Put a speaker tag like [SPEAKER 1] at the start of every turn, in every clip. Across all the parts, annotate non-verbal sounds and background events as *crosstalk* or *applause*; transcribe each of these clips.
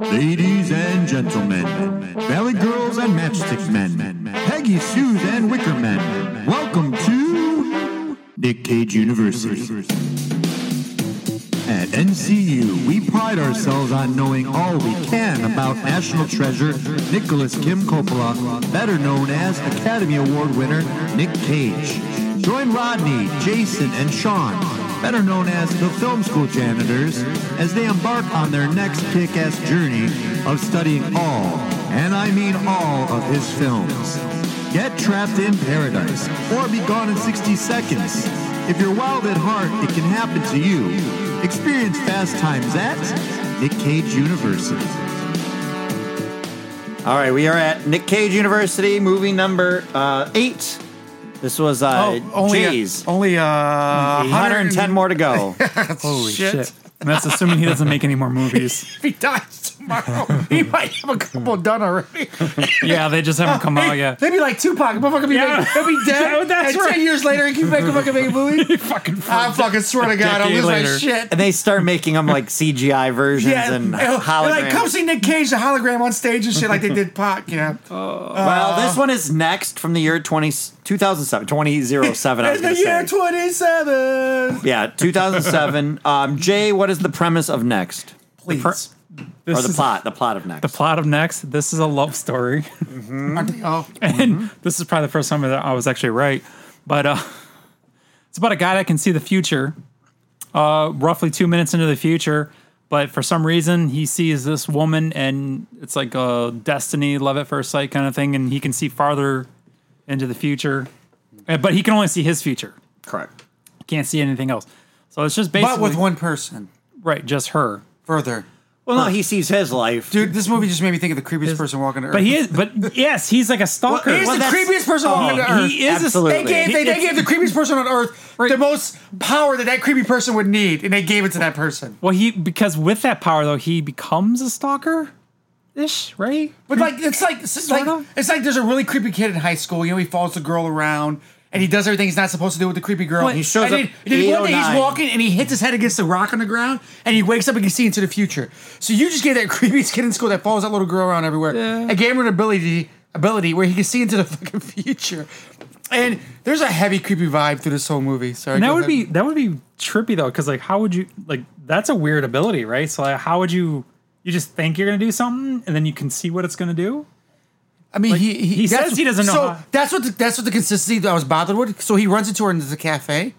[SPEAKER 1] Ladies and gentlemen, Valley Girls and Matchstick Men, Peggy Sue's and Wicker Men, welcome to Nick Cage University. At NCU, we pride ourselves on knowing all we can about national treasure Nicholas Kim Coppola, better known as Academy Award winner Nick Cage. Join Rodney, Jason, and Sean, better known as the film school janitors, as they embark on their next kick-ass journey of studying all, and I mean all, of his films. Get trapped in paradise or be gone in 60 seconds. If you're wild at heart, it can happen to you. Experience fast times at Nick Cage University.
[SPEAKER 2] All right, we are at Nick Cage University, movie number uh, eight. This was uh,
[SPEAKER 3] Oh, only
[SPEAKER 2] Jay's.
[SPEAKER 3] only uh,
[SPEAKER 2] 110 more to go.
[SPEAKER 3] Holy shit.
[SPEAKER 4] And that's assuming he doesn't make any more movies.
[SPEAKER 3] If he dies tomorrow, he might have a couple done already.
[SPEAKER 4] *laughs* Yeah, they just haven't come out yet. *laughs*
[SPEAKER 3] They'd be like Tupac. Motherfucker be,
[SPEAKER 4] Yeah.
[SPEAKER 3] like, he'll be dead.
[SPEAKER 4] Yeah, that's
[SPEAKER 3] and
[SPEAKER 4] right.
[SPEAKER 3] 10 years later, he can make a fucking make a movie.
[SPEAKER 4] Fucking
[SPEAKER 3] I fucking swear to God, I'll
[SPEAKER 4] decade
[SPEAKER 3] lose my
[SPEAKER 4] later.
[SPEAKER 3] shit.
[SPEAKER 2] and they start making them like CGI versions
[SPEAKER 3] Yeah,
[SPEAKER 2] and
[SPEAKER 3] they're
[SPEAKER 2] holograms.
[SPEAKER 3] like come see Nick Cage, the hologram on stage and shit, like they did Pac. You know,
[SPEAKER 2] well,
[SPEAKER 3] Oh.
[SPEAKER 2] this one is next from the year 20, 2007. 2007, I was
[SPEAKER 3] *laughs* in the
[SPEAKER 2] going to
[SPEAKER 3] year
[SPEAKER 2] say.
[SPEAKER 3] twenty-seven.
[SPEAKER 2] yeah,
[SPEAKER 3] *laughs*
[SPEAKER 2] 2007. Um, Jay, what is the premise of Next?
[SPEAKER 3] Please,
[SPEAKER 4] This
[SPEAKER 2] Or the
[SPEAKER 4] is
[SPEAKER 2] plot, the plot of Next.
[SPEAKER 4] The plot of Next. This is a love story.
[SPEAKER 3] aren't
[SPEAKER 4] Mm-hmm.
[SPEAKER 3] they all?
[SPEAKER 4] *laughs* and this is probably the first time that I was actually right. But uh, *laughs* it's about a guy that can see the future, uh, roughly two minutes into the future. But for some reason, he sees this woman, and it's like a destiny, love at first sight kind of thing. And he can see farther into the future, Uh, but he can only see his future.
[SPEAKER 2] Correct.
[SPEAKER 4] Can't see anything else. So it's just basically
[SPEAKER 3] But with one person
[SPEAKER 4] right, just her.
[SPEAKER 3] further,
[SPEAKER 2] Well, no, he sees his life.
[SPEAKER 3] dude. This movie just made me think of the creepiest person walking to Earth.
[SPEAKER 4] But he is, but *laughs* yes, he's like a stalker.
[SPEAKER 3] He's
[SPEAKER 2] Well,
[SPEAKER 3] the
[SPEAKER 2] that's- Oh,
[SPEAKER 3] creepiest person walking to Earth.
[SPEAKER 4] he is a
[SPEAKER 2] Absolutely.
[SPEAKER 3] They gave, they, they
[SPEAKER 4] He-
[SPEAKER 3] gave the creepiest person on earth the most power that that creepy person would need, and they gave it to that person.
[SPEAKER 4] Well, he because with that power though, he becomes a stalker, ish, right?
[SPEAKER 3] But like, it's like, it's like,
[SPEAKER 4] Sort of.
[SPEAKER 3] it's like there's a really creepy kid in high school. You know, he follows the girl around. And he does everything he's not supposed to do with the creepy girl.
[SPEAKER 2] He shows
[SPEAKER 3] and
[SPEAKER 2] up
[SPEAKER 3] Then, and then one day he's
[SPEAKER 2] 809.
[SPEAKER 3] walking and he hits his head against the rock on the ground and he wakes up and can see into the future. So you just gave that *laughs* creepiest kid in school that follows that little girl around everywhere a game an ability ability where he can see into the *laughs* fucking future. And there's a heavy creepy vibe through this whole movie. Sorry,
[SPEAKER 4] And that
[SPEAKER 3] go
[SPEAKER 4] would
[SPEAKER 3] ahead.
[SPEAKER 4] be that would be trippy though, because like how would you like that's a weird ability, right? So like, how would you you just think you're gonna do something and then you can see what it's gonna do?
[SPEAKER 3] I mean, he, he
[SPEAKER 4] he
[SPEAKER 3] that's-
[SPEAKER 4] says he doesn't know
[SPEAKER 3] So
[SPEAKER 4] how-
[SPEAKER 3] that's what the, that's what the consistency that I was bothered with. So he runs into her into the cafe,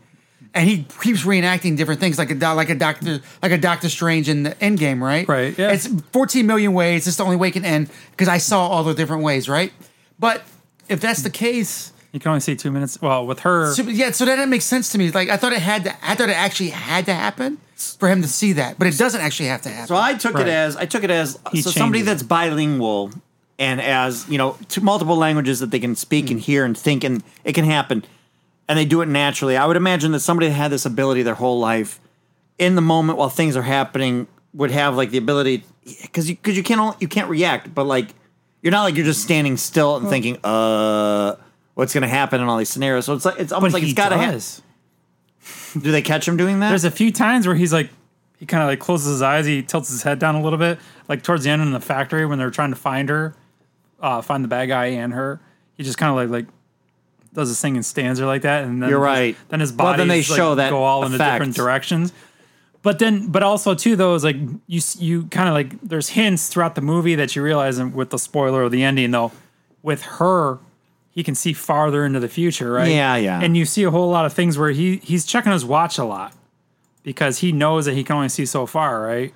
[SPEAKER 3] and he keeps reenacting different things, like a do- like a doctor like a Doctor Strange in the End Game, right?
[SPEAKER 4] Right, yeah.
[SPEAKER 3] It's fourteen million ways. It's the only way it can end because I saw all the different ways, right? But if that's the case,
[SPEAKER 4] You can only see two minutes. Well, with her,
[SPEAKER 3] so, yeah. So that didn't make sense to me. Like I thought it had to, I thought it actually had to happen for him to see that, but it doesn't actually have to happen.
[SPEAKER 2] So I took
[SPEAKER 4] Right.
[SPEAKER 2] it as I took it as
[SPEAKER 4] He
[SPEAKER 2] so somebody
[SPEAKER 4] changes
[SPEAKER 2] that's bilingual and as you know to multiple languages that they can speak
[SPEAKER 4] Mm.
[SPEAKER 2] and hear and think and it can happen and they do it naturally. I would imagine that somebody that had this ability their whole life in the moment while things are happening would have like the ability because you because you can't all- you can't react but like you're not like you're just standing still and thinking uh what's gonna happen in all these scenarios so it's like it's
[SPEAKER 4] but
[SPEAKER 2] almost like
[SPEAKER 4] he
[SPEAKER 2] it's gotta ha-
[SPEAKER 4] does.
[SPEAKER 2] do they catch him doing that
[SPEAKER 4] There's a few times where he's like he kind of like closes his eyes, he tilts his head down a little bit, like towards the end in the factory when they're trying to find her, uh, find the bad guy and her. He just kind of like like does this thing and stands there like that, and then
[SPEAKER 2] You're right.
[SPEAKER 4] Then his
[SPEAKER 2] Well,
[SPEAKER 4] body
[SPEAKER 2] then they show that
[SPEAKER 4] go all in the
[SPEAKER 2] effect.
[SPEAKER 4] different directions. But then, but also too though is like you s- you kind of like there's hints throughout the movie that you realize and with the spoiler or the ending though, with her. He can see farther into the future, right?
[SPEAKER 2] Yeah, yeah.
[SPEAKER 4] And you see a whole lot of things where he he's checking his watch a lot because he knows that he can only see so far, right?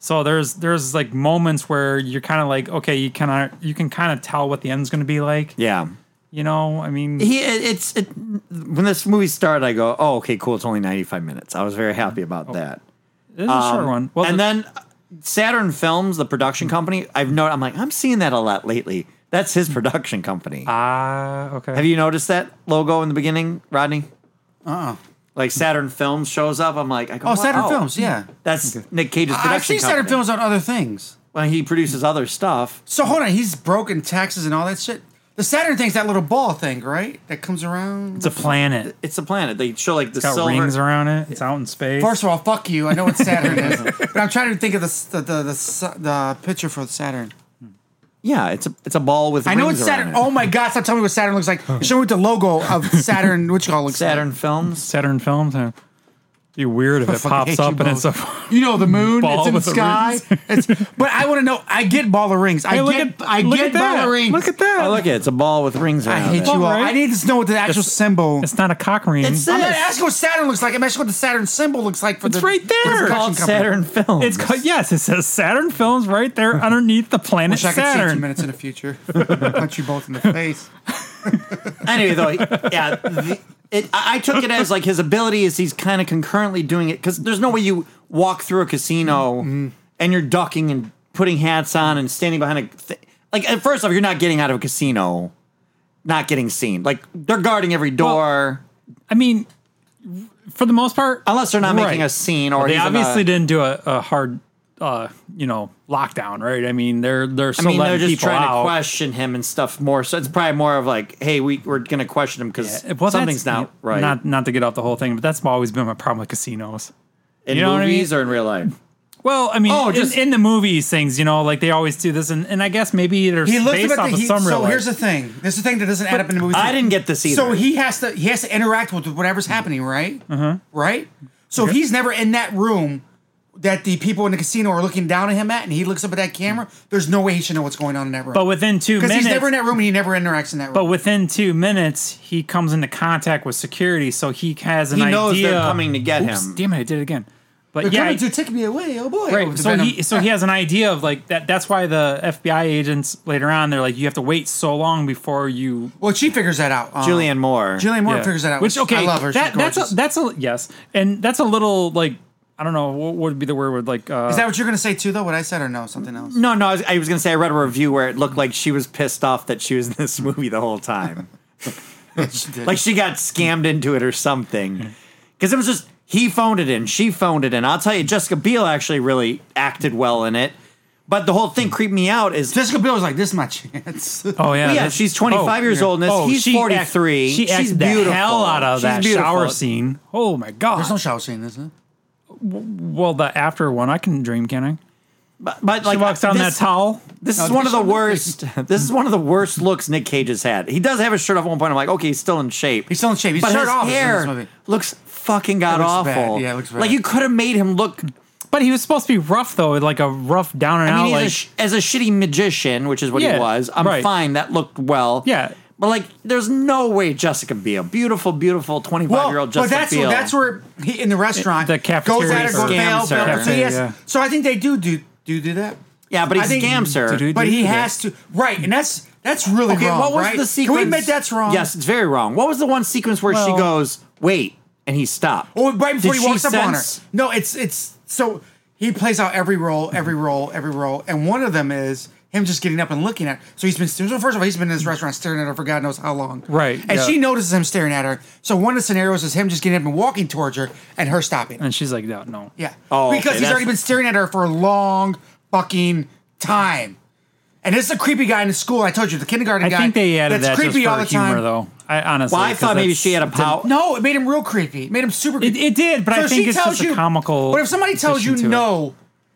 [SPEAKER 4] So there's there's like moments where you're kind of like, okay, you kind of you can kind of tell what the end's going to be like.
[SPEAKER 2] yeah
[SPEAKER 4] You know, I mean,
[SPEAKER 2] he it- it's it, when this movie started i go oh okay cool it's only 95 minutes i was very happy about that
[SPEAKER 4] it's a
[SPEAKER 3] Um,
[SPEAKER 4] short one. Mm-hmm. Oh. Well,
[SPEAKER 2] and
[SPEAKER 4] the- Mm-hmm.
[SPEAKER 2] then uh, saturn films the production company i've noticed i'm like i'm seeing that a lot lately that's his production company
[SPEAKER 4] Mm-hmm. ah, okay.
[SPEAKER 2] have you noticed that logo in the beginning rodney uh-uh like saturn films shoms up i'm like I go,
[SPEAKER 3] oh,
[SPEAKER 2] "Wow."
[SPEAKER 3] Saturn Films, yeah. Ah,
[SPEAKER 2] that's nick cage's production
[SPEAKER 3] I've seen Saturn
[SPEAKER 2] company.
[SPEAKER 3] Films on other things.
[SPEAKER 2] when he produces other stuff
[SPEAKER 3] So hold on, he's broken taxes and all that shit. The Saturn thing's that little ball thing, right? That comes around.
[SPEAKER 4] It's a planet.
[SPEAKER 2] It's a planet. They show like the
[SPEAKER 4] It's got
[SPEAKER 2] silver.
[SPEAKER 4] rings around it. It's out in space.
[SPEAKER 3] First of all, fuck you. I know what Saturn
[SPEAKER 4] *laughs*
[SPEAKER 3] is, but I'm trying to think of the s- the the, the, s- the picture for Saturn.
[SPEAKER 2] Yeah, it's a it's a ball with.
[SPEAKER 3] I know it's Saturn. Oh my god! Stop telling me what Saturn looks like. Show me what the logo of Saturn. What you call it looks
[SPEAKER 2] Saturn
[SPEAKER 3] Like.
[SPEAKER 2] films.
[SPEAKER 4] Saturn films. Huh? Be weird if it
[SPEAKER 3] fucking hate
[SPEAKER 4] pops
[SPEAKER 3] you
[SPEAKER 4] up and
[SPEAKER 3] both.
[SPEAKER 4] it's a. *laughs*
[SPEAKER 3] You know the moon.
[SPEAKER 4] Ball
[SPEAKER 3] it's in the
[SPEAKER 4] with the
[SPEAKER 3] sky. It's, but I want to know. I get ball of rings. I
[SPEAKER 4] Hey, look
[SPEAKER 3] get.
[SPEAKER 4] at-
[SPEAKER 3] I
[SPEAKER 4] look
[SPEAKER 3] get
[SPEAKER 4] at
[SPEAKER 3] ball
[SPEAKER 4] that.
[SPEAKER 3] of rings.
[SPEAKER 4] Look at that.
[SPEAKER 2] I like it. It's a ball with rings
[SPEAKER 3] I
[SPEAKER 2] around
[SPEAKER 3] hate
[SPEAKER 2] it.
[SPEAKER 3] you all.
[SPEAKER 4] right?
[SPEAKER 3] I need to know what the actual symbol.
[SPEAKER 4] It's not a cock ring.
[SPEAKER 2] It's
[SPEAKER 3] I'm not
[SPEAKER 2] this.
[SPEAKER 3] asking what Saturn looks like. I'm asking what the Saturn symbol looks like for
[SPEAKER 4] It's
[SPEAKER 3] the.
[SPEAKER 4] right
[SPEAKER 3] for the
[SPEAKER 4] there.
[SPEAKER 2] It's
[SPEAKER 3] production
[SPEAKER 2] called
[SPEAKER 3] company.
[SPEAKER 2] Saturn films.
[SPEAKER 4] It's ca- yes. It says Saturn films right
[SPEAKER 3] *laughs*
[SPEAKER 4] there underneath the planet
[SPEAKER 3] Wish I could see two
[SPEAKER 4] Saturn.
[SPEAKER 3] minutes in the future. Punch you both in the
[SPEAKER 4] *laughs*
[SPEAKER 3] face.
[SPEAKER 2] *laughs* anyway, though, yeah, the, it, I I took it as like his ability is he's kind of concurrently doing it because there's no way you walk through a casino
[SPEAKER 4] Mm-hmm.
[SPEAKER 2] and you're ducking and putting hats on and standing behind a th- like. At first off, you're not getting out of a casino, not getting seen. Like they're guarding every door
[SPEAKER 4] I mean, for the most part,
[SPEAKER 2] unless they're not making
[SPEAKER 4] right.
[SPEAKER 2] a scene or
[SPEAKER 4] They
[SPEAKER 2] he's in a-
[SPEAKER 4] obviously didn't do a, a hard, uh, you know, lockdown, right? I mean, they're they're
[SPEAKER 2] I
[SPEAKER 4] still
[SPEAKER 2] mean, they're
[SPEAKER 4] letting
[SPEAKER 2] just
[SPEAKER 4] people
[SPEAKER 2] trying to
[SPEAKER 4] out.
[SPEAKER 2] question him and stuff more. So it's probably more of like, hey, we we're gonna question him because
[SPEAKER 4] Well, that's-
[SPEAKER 2] something's not right
[SPEAKER 4] Not not to get off the whole thing, but that's always been my problem with casinos.
[SPEAKER 2] in
[SPEAKER 4] you know what I mean?
[SPEAKER 2] movies or in real life.
[SPEAKER 4] Well, I mean,
[SPEAKER 2] Oh,
[SPEAKER 4] in,
[SPEAKER 2] just-
[SPEAKER 4] in the movies, things you know, like they always do this, and, and I guess maybe they're
[SPEAKER 3] He looks
[SPEAKER 4] based
[SPEAKER 3] about
[SPEAKER 4] off
[SPEAKER 3] the.
[SPEAKER 4] of
[SPEAKER 3] He,
[SPEAKER 4] some real.
[SPEAKER 3] so
[SPEAKER 4] life.
[SPEAKER 3] here's the thing. This is the thing that doesn't add up in the movie.
[SPEAKER 2] I didn't get this either.
[SPEAKER 3] So he has to. He has to interact with whatever's happening, right? Uh-huh. Right. So if he's never in that room that the people in the casino are looking down at him at, and he looks up at that camera, there's no way he should know what's going on in that room.
[SPEAKER 4] but within two
[SPEAKER 3] because
[SPEAKER 4] minutes,
[SPEAKER 3] he's never in that room and he never interacts in that room.
[SPEAKER 4] but within two minutes, he comes into contact with security, so he has an
[SPEAKER 2] He
[SPEAKER 4] idea.
[SPEAKER 2] knows they're coming to get
[SPEAKER 4] Oops,
[SPEAKER 2] him.
[SPEAKER 4] Damn it! I did it again. But
[SPEAKER 3] They're
[SPEAKER 4] yeah,
[SPEAKER 3] coming to take me away. Oh boy!
[SPEAKER 4] Right.
[SPEAKER 3] With the
[SPEAKER 4] So
[SPEAKER 3] venom.
[SPEAKER 4] he so he has an idea of like that. That's why the FBI agents later on they're like, you have to wait so long before you.
[SPEAKER 3] Well, she figures that out. Uh,
[SPEAKER 2] Oh. Julianne Moore.
[SPEAKER 3] Julianne Moore
[SPEAKER 4] Yeah.
[SPEAKER 3] figures that out.
[SPEAKER 4] Which okay,
[SPEAKER 3] I love her.
[SPEAKER 4] That,
[SPEAKER 3] She's
[SPEAKER 4] that's
[SPEAKER 3] gorgeous.
[SPEAKER 4] a, that's a yes, and that's a little like I don't know what would be the word would like. Uh,
[SPEAKER 3] Is that what you're gonna say too, though? What I said, or no, something else?
[SPEAKER 2] No, no, I was, I was gonna say I read a review where it looked like she was pissed off that she was in this movie the whole
[SPEAKER 4] *laughs*
[SPEAKER 2] time. like she got scammed into it or something. Because it was just he phoned it in, she phoned it in. I'll tell you, Jessica Biel actually really acted well in it. But the whole thing creeped me out is
[SPEAKER 3] Jessica Biel was like, "This is my chance." *laughs*
[SPEAKER 4] oh yeah,
[SPEAKER 2] Well, yeah,
[SPEAKER 4] that's- oh,
[SPEAKER 2] she's 25 years old in this. He's
[SPEAKER 4] she act-
[SPEAKER 2] 43.
[SPEAKER 4] she acts
[SPEAKER 2] She's
[SPEAKER 4] the
[SPEAKER 2] beautiful.
[SPEAKER 4] hell out of
[SPEAKER 2] She's
[SPEAKER 4] that
[SPEAKER 2] beautiful.
[SPEAKER 4] shower scene. Oh my god!
[SPEAKER 3] There's no shower scene, is there?
[SPEAKER 4] well, the after one, I can dream, can I?
[SPEAKER 2] but, but like
[SPEAKER 4] She walks down
[SPEAKER 2] this,
[SPEAKER 4] that towel.
[SPEAKER 2] This is one of the worst. *laughs* This is one of the worst looks Nick Cage has had. He does have his shirt off at one point. I'm like, okay, he's still in shape.
[SPEAKER 3] He's still in shape. He's
[SPEAKER 2] but
[SPEAKER 3] shirt
[SPEAKER 2] his
[SPEAKER 3] off is in this
[SPEAKER 2] hair
[SPEAKER 3] movie.
[SPEAKER 2] looks fucking god
[SPEAKER 3] looks
[SPEAKER 2] awful.
[SPEAKER 3] bad. Yeah, it looks bad.
[SPEAKER 2] Like you could have made him look.
[SPEAKER 4] But he was supposed to be rough though, like a rough down and
[SPEAKER 2] I mean, he's
[SPEAKER 4] out.
[SPEAKER 2] a
[SPEAKER 4] Like
[SPEAKER 2] sh- as a shitty magician, which is what he
[SPEAKER 4] Yeah,
[SPEAKER 2] was. I'm
[SPEAKER 4] right.
[SPEAKER 2] fine. That looked well.
[SPEAKER 4] Yeah.
[SPEAKER 2] But like, there's no way Jessica Biel, beautiful, beautiful 25 year old Jessica
[SPEAKER 3] but that's
[SPEAKER 2] Biel.
[SPEAKER 3] that's where he, in the restaurant
[SPEAKER 4] The cafeteria
[SPEAKER 3] goes at it for bail.
[SPEAKER 2] scams her.
[SPEAKER 3] bail- So, he has-
[SPEAKER 4] Cafeteria.
[SPEAKER 3] so I think they do do do do that.
[SPEAKER 2] yeah, but he
[SPEAKER 3] I think-
[SPEAKER 2] scams her.
[SPEAKER 4] Dude,
[SPEAKER 3] But he
[SPEAKER 4] Yeah.
[SPEAKER 3] has to right, and that's that's really
[SPEAKER 2] Okay,
[SPEAKER 3] wrong.
[SPEAKER 2] what was
[SPEAKER 3] right?
[SPEAKER 2] the sequence?
[SPEAKER 3] Can we admit that's wrong?
[SPEAKER 2] Yes, it's very wrong. What was the one sequence where she
[SPEAKER 4] Well-
[SPEAKER 2] goes, "Wait," and he stopped?
[SPEAKER 3] Oh, right before
[SPEAKER 2] Did
[SPEAKER 3] he
[SPEAKER 2] she
[SPEAKER 3] walks up on her.
[SPEAKER 2] sense-
[SPEAKER 3] No, it's it's so he plays out every role, every
[SPEAKER 4] Mm-hmm.
[SPEAKER 3] role, every role, and one of them is him just getting up and looking at. Her. So he's been so first of all, he's been in this restaurant staring at her for God knows how long.
[SPEAKER 4] Mm-hmm. Right,
[SPEAKER 3] and
[SPEAKER 4] yeah.
[SPEAKER 3] she notices him staring at her. So one of the scenarios is him just getting up and walking towards her, and her stopping.
[SPEAKER 4] and she's like, no, no.
[SPEAKER 3] Yeah.
[SPEAKER 2] Oh, okay,
[SPEAKER 3] because he's
[SPEAKER 2] that's-
[SPEAKER 3] already been staring at her for a long fucking time. And this is a creepy guy in the school. I told you, the kindergarten
[SPEAKER 4] I
[SPEAKER 3] guy.
[SPEAKER 4] think they added
[SPEAKER 3] that's
[SPEAKER 4] that
[SPEAKER 3] creepy
[SPEAKER 4] just for
[SPEAKER 3] all the
[SPEAKER 4] humor,
[SPEAKER 3] time.
[SPEAKER 4] though. I honestly.
[SPEAKER 2] Well, I
[SPEAKER 4] 'cause
[SPEAKER 2] thought maybe
[SPEAKER 4] that's-
[SPEAKER 2] she had a pow.
[SPEAKER 3] No, it made him real creepy. It made him super
[SPEAKER 4] It,
[SPEAKER 3] creepy.
[SPEAKER 4] it did, but I
[SPEAKER 3] So
[SPEAKER 4] think
[SPEAKER 3] she
[SPEAKER 4] it's just
[SPEAKER 3] tells
[SPEAKER 4] a
[SPEAKER 3] you-
[SPEAKER 4] comical.
[SPEAKER 3] But if somebody tells you
[SPEAKER 4] addition to it.
[SPEAKER 3] no,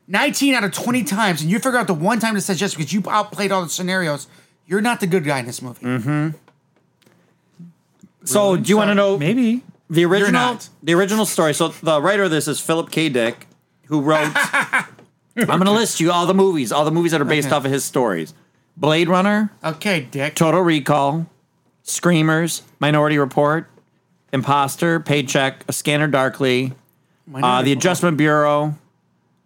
[SPEAKER 3] 19 out of 20 times, and you figure out the one time that says yes because you outplayed all the scenarios, you're not the good guy in this movie.
[SPEAKER 2] Mm-hmm. So, do you want to know
[SPEAKER 4] maybe
[SPEAKER 2] the original?
[SPEAKER 3] not.
[SPEAKER 2] The original story. So, the writer of this is Philip K. Dick, who
[SPEAKER 3] *laughs*
[SPEAKER 2] wrote. I'm going to list you all the movies, all the movies that are based
[SPEAKER 3] Okay.
[SPEAKER 2] off of his stories: Blade Runner,
[SPEAKER 3] Okay, dick.
[SPEAKER 2] Total Recall, Screamers, Minority Report, Imposter, Paycheck, A Scanner Darkly, uh, The Adjustment Bureau,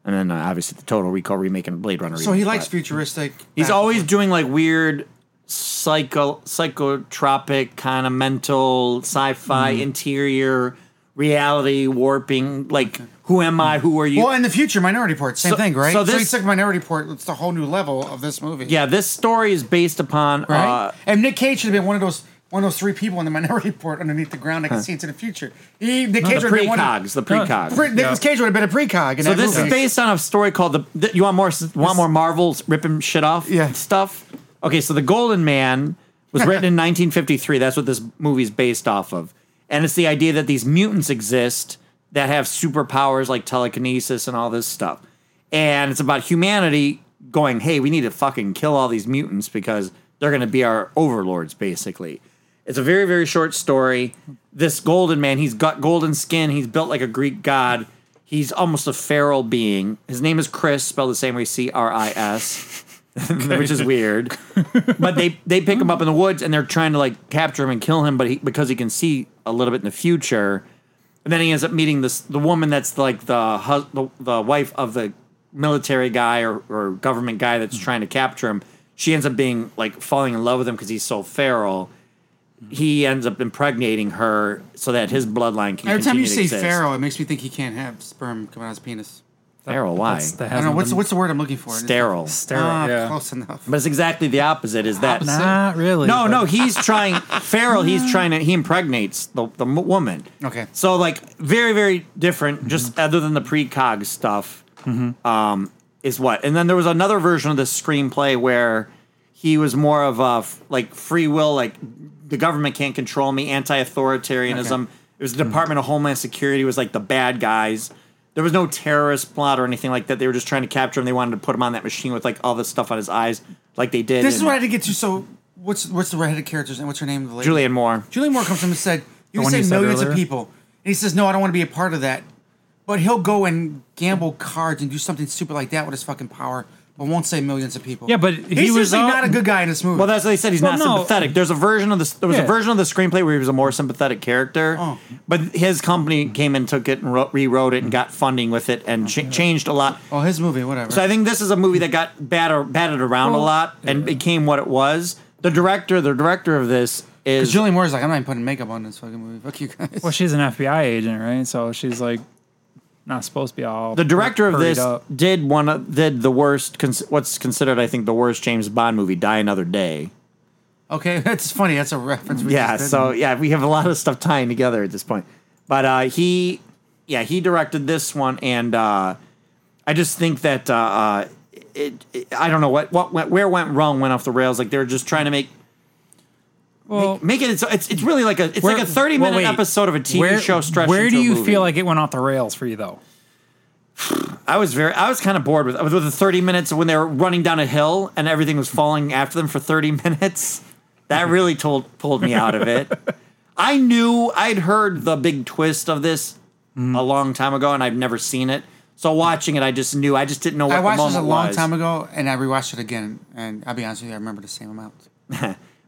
[SPEAKER 2] and then uh, obviously the Total Recall remake and Blade Runner.
[SPEAKER 3] So he
[SPEAKER 2] remake,
[SPEAKER 3] likes
[SPEAKER 2] but-
[SPEAKER 3] futuristic.
[SPEAKER 2] He's always doing like weird psycho psychotropic kind of mental sci-fi
[SPEAKER 3] Mm.
[SPEAKER 2] interior reality warping like who am I who are you
[SPEAKER 3] Well, in the future, Minority Report, same
[SPEAKER 2] So-
[SPEAKER 3] thing, right?
[SPEAKER 2] so
[SPEAKER 3] So, he
[SPEAKER 2] this-
[SPEAKER 3] took Minority Report, it's the whole new level of this movie.
[SPEAKER 2] yeah this story is based upon
[SPEAKER 3] right?
[SPEAKER 2] uh,
[SPEAKER 3] and Nick Cage should have been one of those one of those three people in the *laughs* Minority Report underneath the ground that can see into the future. He,
[SPEAKER 2] the
[SPEAKER 3] Nick Cage would have been one of
[SPEAKER 2] precogs the precogs
[SPEAKER 3] pre, Nicolas Cage would have been a precog. In
[SPEAKER 2] so
[SPEAKER 3] that
[SPEAKER 2] this
[SPEAKER 3] movie.
[SPEAKER 2] is based on a story called the, th- you want more s- want more Marvels ripping shit off
[SPEAKER 3] Yeah.
[SPEAKER 2] stuff okay so the Golden Man was written in 1953. That's what this movie's based off of. And it's the idea that these mutants exist that have superpowers like telekinesis and all this stuff. And it's about humanity going, hey, we need to fucking kill all these mutants because they're going to be our overlords, basically. It's a very, very short story. This golden man, he's got golden skin. He's built like a Greek god. He's almost a feral being. His name is Chris, spelled the same way C R I S, *laughs* which is weird. but they, they pick him up in the woods and they're trying to like capture him and kill him, but he, because he can see a little bit in the future. And then he ends up meeting this the woman that's like the hus- the, the wife of the military guy or, or government guy that's trying to capture him. She ends up being like falling in love with him because he's so feral. He ends up impregnating her so that his bloodline can.
[SPEAKER 3] Every time you
[SPEAKER 2] continue to
[SPEAKER 3] say
[SPEAKER 2] exist.
[SPEAKER 3] pharaoh, it makes me think he can't have sperm coming out his penis.
[SPEAKER 2] feral, why?
[SPEAKER 4] That's- that
[SPEAKER 3] I don't know
[SPEAKER 4] hasn't
[SPEAKER 3] what's
[SPEAKER 4] been
[SPEAKER 3] what's the word I'm looking for.
[SPEAKER 2] Sterile.
[SPEAKER 4] sterile.
[SPEAKER 3] Ah,
[SPEAKER 4] yeah.
[SPEAKER 3] close enough.
[SPEAKER 2] But it's exactly the opposite. Is that
[SPEAKER 3] Opposite.
[SPEAKER 4] Not really.
[SPEAKER 2] No,
[SPEAKER 4] but-
[SPEAKER 2] no, he's trying. Farrell, he's trying to. He impregnates the the m- woman.
[SPEAKER 3] Okay. Mm-hmm.
[SPEAKER 2] So like very very different. Just other than the precog stuff, um, is what. And then there was another version of this screenplay where he was more of a f- like free will, like the government can't control me, anti-authoritarianism.
[SPEAKER 3] Okay.
[SPEAKER 2] It was the Department of Homeland Security was like the bad guys. There was no terrorist plot or anything like that. They were just trying to capture him. They wanted to put him on that machine with like all this stuff on his eyes, like they did.
[SPEAKER 3] This is
[SPEAKER 2] in
[SPEAKER 3] what I didn't get to. So what's what's the redheaded character's name? What's her name? The lady?
[SPEAKER 2] Julian Moore.
[SPEAKER 3] Julian Moore comes to him and said, "You
[SPEAKER 4] one
[SPEAKER 3] can
[SPEAKER 4] you
[SPEAKER 3] save
[SPEAKER 4] said
[SPEAKER 3] millions of
[SPEAKER 4] earlier?
[SPEAKER 3] people," and he says, "No, I don't want to be a part of that." But he'll go and gamble cards and do something stupid like that with his fucking power, but won't save millions of people.
[SPEAKER 4] Yeah, but he
[SPEAKER 3] he's
[SPEAKER 4] was
[SPEAKER 3] usually
[SPEAKER 4] all-
[SPEAKER 3] not a good guy in this movie.
[SPEAKER 2] Well, that's what they said. He's
[SPEAKER 4] Well,
[SPEAKER 2] not
[SPEAKER 4] no.
[SPEAKER 2] sympathetic. There's a version of this. There was
[SPEAKER 4] Yeah.
[SPEAKER 2] a version of the screenplay where he was a more sympathetic character,
[SPEAKER 3] Oh.
[SPEAKER 2] but his company came and took it and wrote, rewrote it and got funding with it and cha- changed a lot.
[SPEAKER 3] oh, his movie, whatever.
[SPEAKER 2] So I think this is a movie that got batter, batted around a
[SPEAKER 4] Well,
[SPEAKER 2] lot and became what it was. The director, the director of this is
[SPEAKER 3] Julian Moore's like, I'm not even putting makeup on this fucking movie. Fuck you guys.
[SPEAKER 4] Well, she's an FBI agent, right? So she's like not supposed to be all.
[SPEAKER 2] the director of
[SPEAKER 4] hurried
[SPEAKER 2] this
[SPEAKER 4] up.
[SPEAKER 2] did one of- did the worst cons- what's considered I think the worst James Bond movie, Die Another Day.
[SPEAKER 3] Okay, *laughs* that's funny. That's a reference. We
[SPEAKER 2] yeah
[SPEAKER 3] just did.
[SPEAKER 2] so yeah we have a lot of stuff tying together at this point but uh he yeah he directed this one and uh i just think that uh, uh it, it i don't know what what went, where went wrong went off the rails like they were just trying to make
[SPEAKER 4] Well,
[SPEAKER 2] make it so it's, it's really like a it's
[SPEAKER 4] where-
[SPEAKER 2] like a 30
[SPEAKER 4] well,
[SPEAKER 2] minute
[SPEAKER 4] wait.
[SPEAKER 2] episode of a tv
[SPEAKER 4] where,
[SPEAKER 2] show stretched
[SPEAKER 4] Where
[SPEAKER 2] into
[SPEAKER 4] do
[SPEAKER 2] a
[SPEAKER 4] you
[SPEAKER 2] movie.
[SPEAKER 4] feel like it went off the rails for you though?
[SPEAKER 2] i was very i was kind of bored with with the 30 minutes when they were running down a hill and everything was falling after them for 30 *laughs* minutes that really told pulled me out of it I knew I'd heard the big twist of this a long time ago, and I've never seen it. So watching it, I just knew. I just didn't know what
[SPEAKER 3] I watched
[SPEAKER 2] the
[SPEAKER 3] this
[SPEAKER 2] moment
[SPEAKER 3] a long
[SPEAKER 2] was.
[SPEAKER 3] time ago, and I rewatched it again. And I'll be honest with you, I remember the same amount.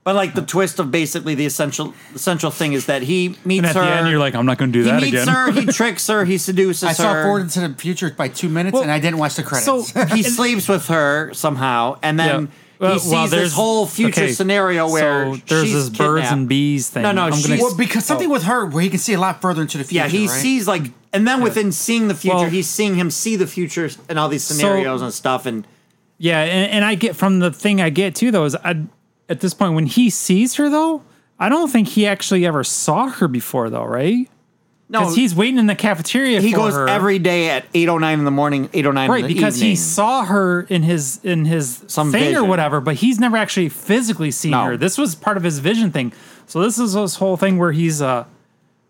[SPEAKER 2] But like the twist of basically the essential essential thing is that he meets
[SPEAKER 4] And at
[SPEAKER 2] her.
[SPEAKER 4] the end, you're like, I'm not going to do
[SPEAKER 2] he
[SPEAKER 4] that
[SPEAKER 2] meets
[SPEAKER 4] again.
[SPEAKER 2] her, he tricks her, he seduces
[SPEAKER 3] I
[SPEAKER 2] her.
[SPEAKER 3] saw forward into the future by two minutes,
[SPEAKER 4] Well,
[SPEAKER 3] and I didn't watch the credits. *laughs*
[SPEAKER 4] so
[SPEAKER 2] he sleeps with her somehow, and then
[SPEAKER 4] Yeah. Well,
[SPEAKER 2] he
[SPEAKER 4] well,
[SPEAKER 2] sees this
[SPEAKER 4] there's-
[SPEAKER 2] whole future
[SPEAKER 4] okay,
[SPEAKER 2] scenario where
[SPEAKER 4] so there's
[SPEAKER 2] she's
[SPEAKER 4] this birds and
[SPEAKER 2] kidnapped.
[SPEAKER 4] bees thing.
[SPEAKER 2] No, no,
[SPEAKER 4] I'm gonna
[SPEAKER 2] she's-
[SPEAKER 4] ex-
[SPEAKER 3] well, because something
[SPEAKER 4] Oh.
[SPEAKER 3] with her where he can see a lot further into the future.
[SPEAKER 2] Yeah, he
[SPEAKER 3] right?
[SPEAKER 2] sees like, and then within seeing the future,
[SPEAKER 4] Well-
[SPEAKER 2] he's seeing him see the future and all these scenarios and stuff, and
[SPEAKER 4] Yeah, and, and I get from the thing I get too though is I, at this point when he sees her though, I don't think he actually ever saw her before though, right?
[SPEAKER 2] no,
[SPEAKER 4] Because he's waiting in the cafeteria.
[SPEAKER 2] He
[SPEAKER 4] for
[SPEAKER 2] goes
[SPEAKER 4] her.
[SPEAKER 2] every day at 8.09 in the morning, 8.09 in
[SPEAKER 4] right
[SPEAKER 2] the
[SPEAKER 4] because
[SPEAKER 2] evening.
[SPEAKER 4] he saw her in his in his
[SPEAKER 2] Some
[SPEAKER 4] thing or
[SPEAKER 2] vision.
[SPEAKER 4] whatever, but he's never actually physically seen
[SPEAKER 2] No.
[SPEAKER 4] her. This was part of his vision thing. So this is this whole thing where he's uh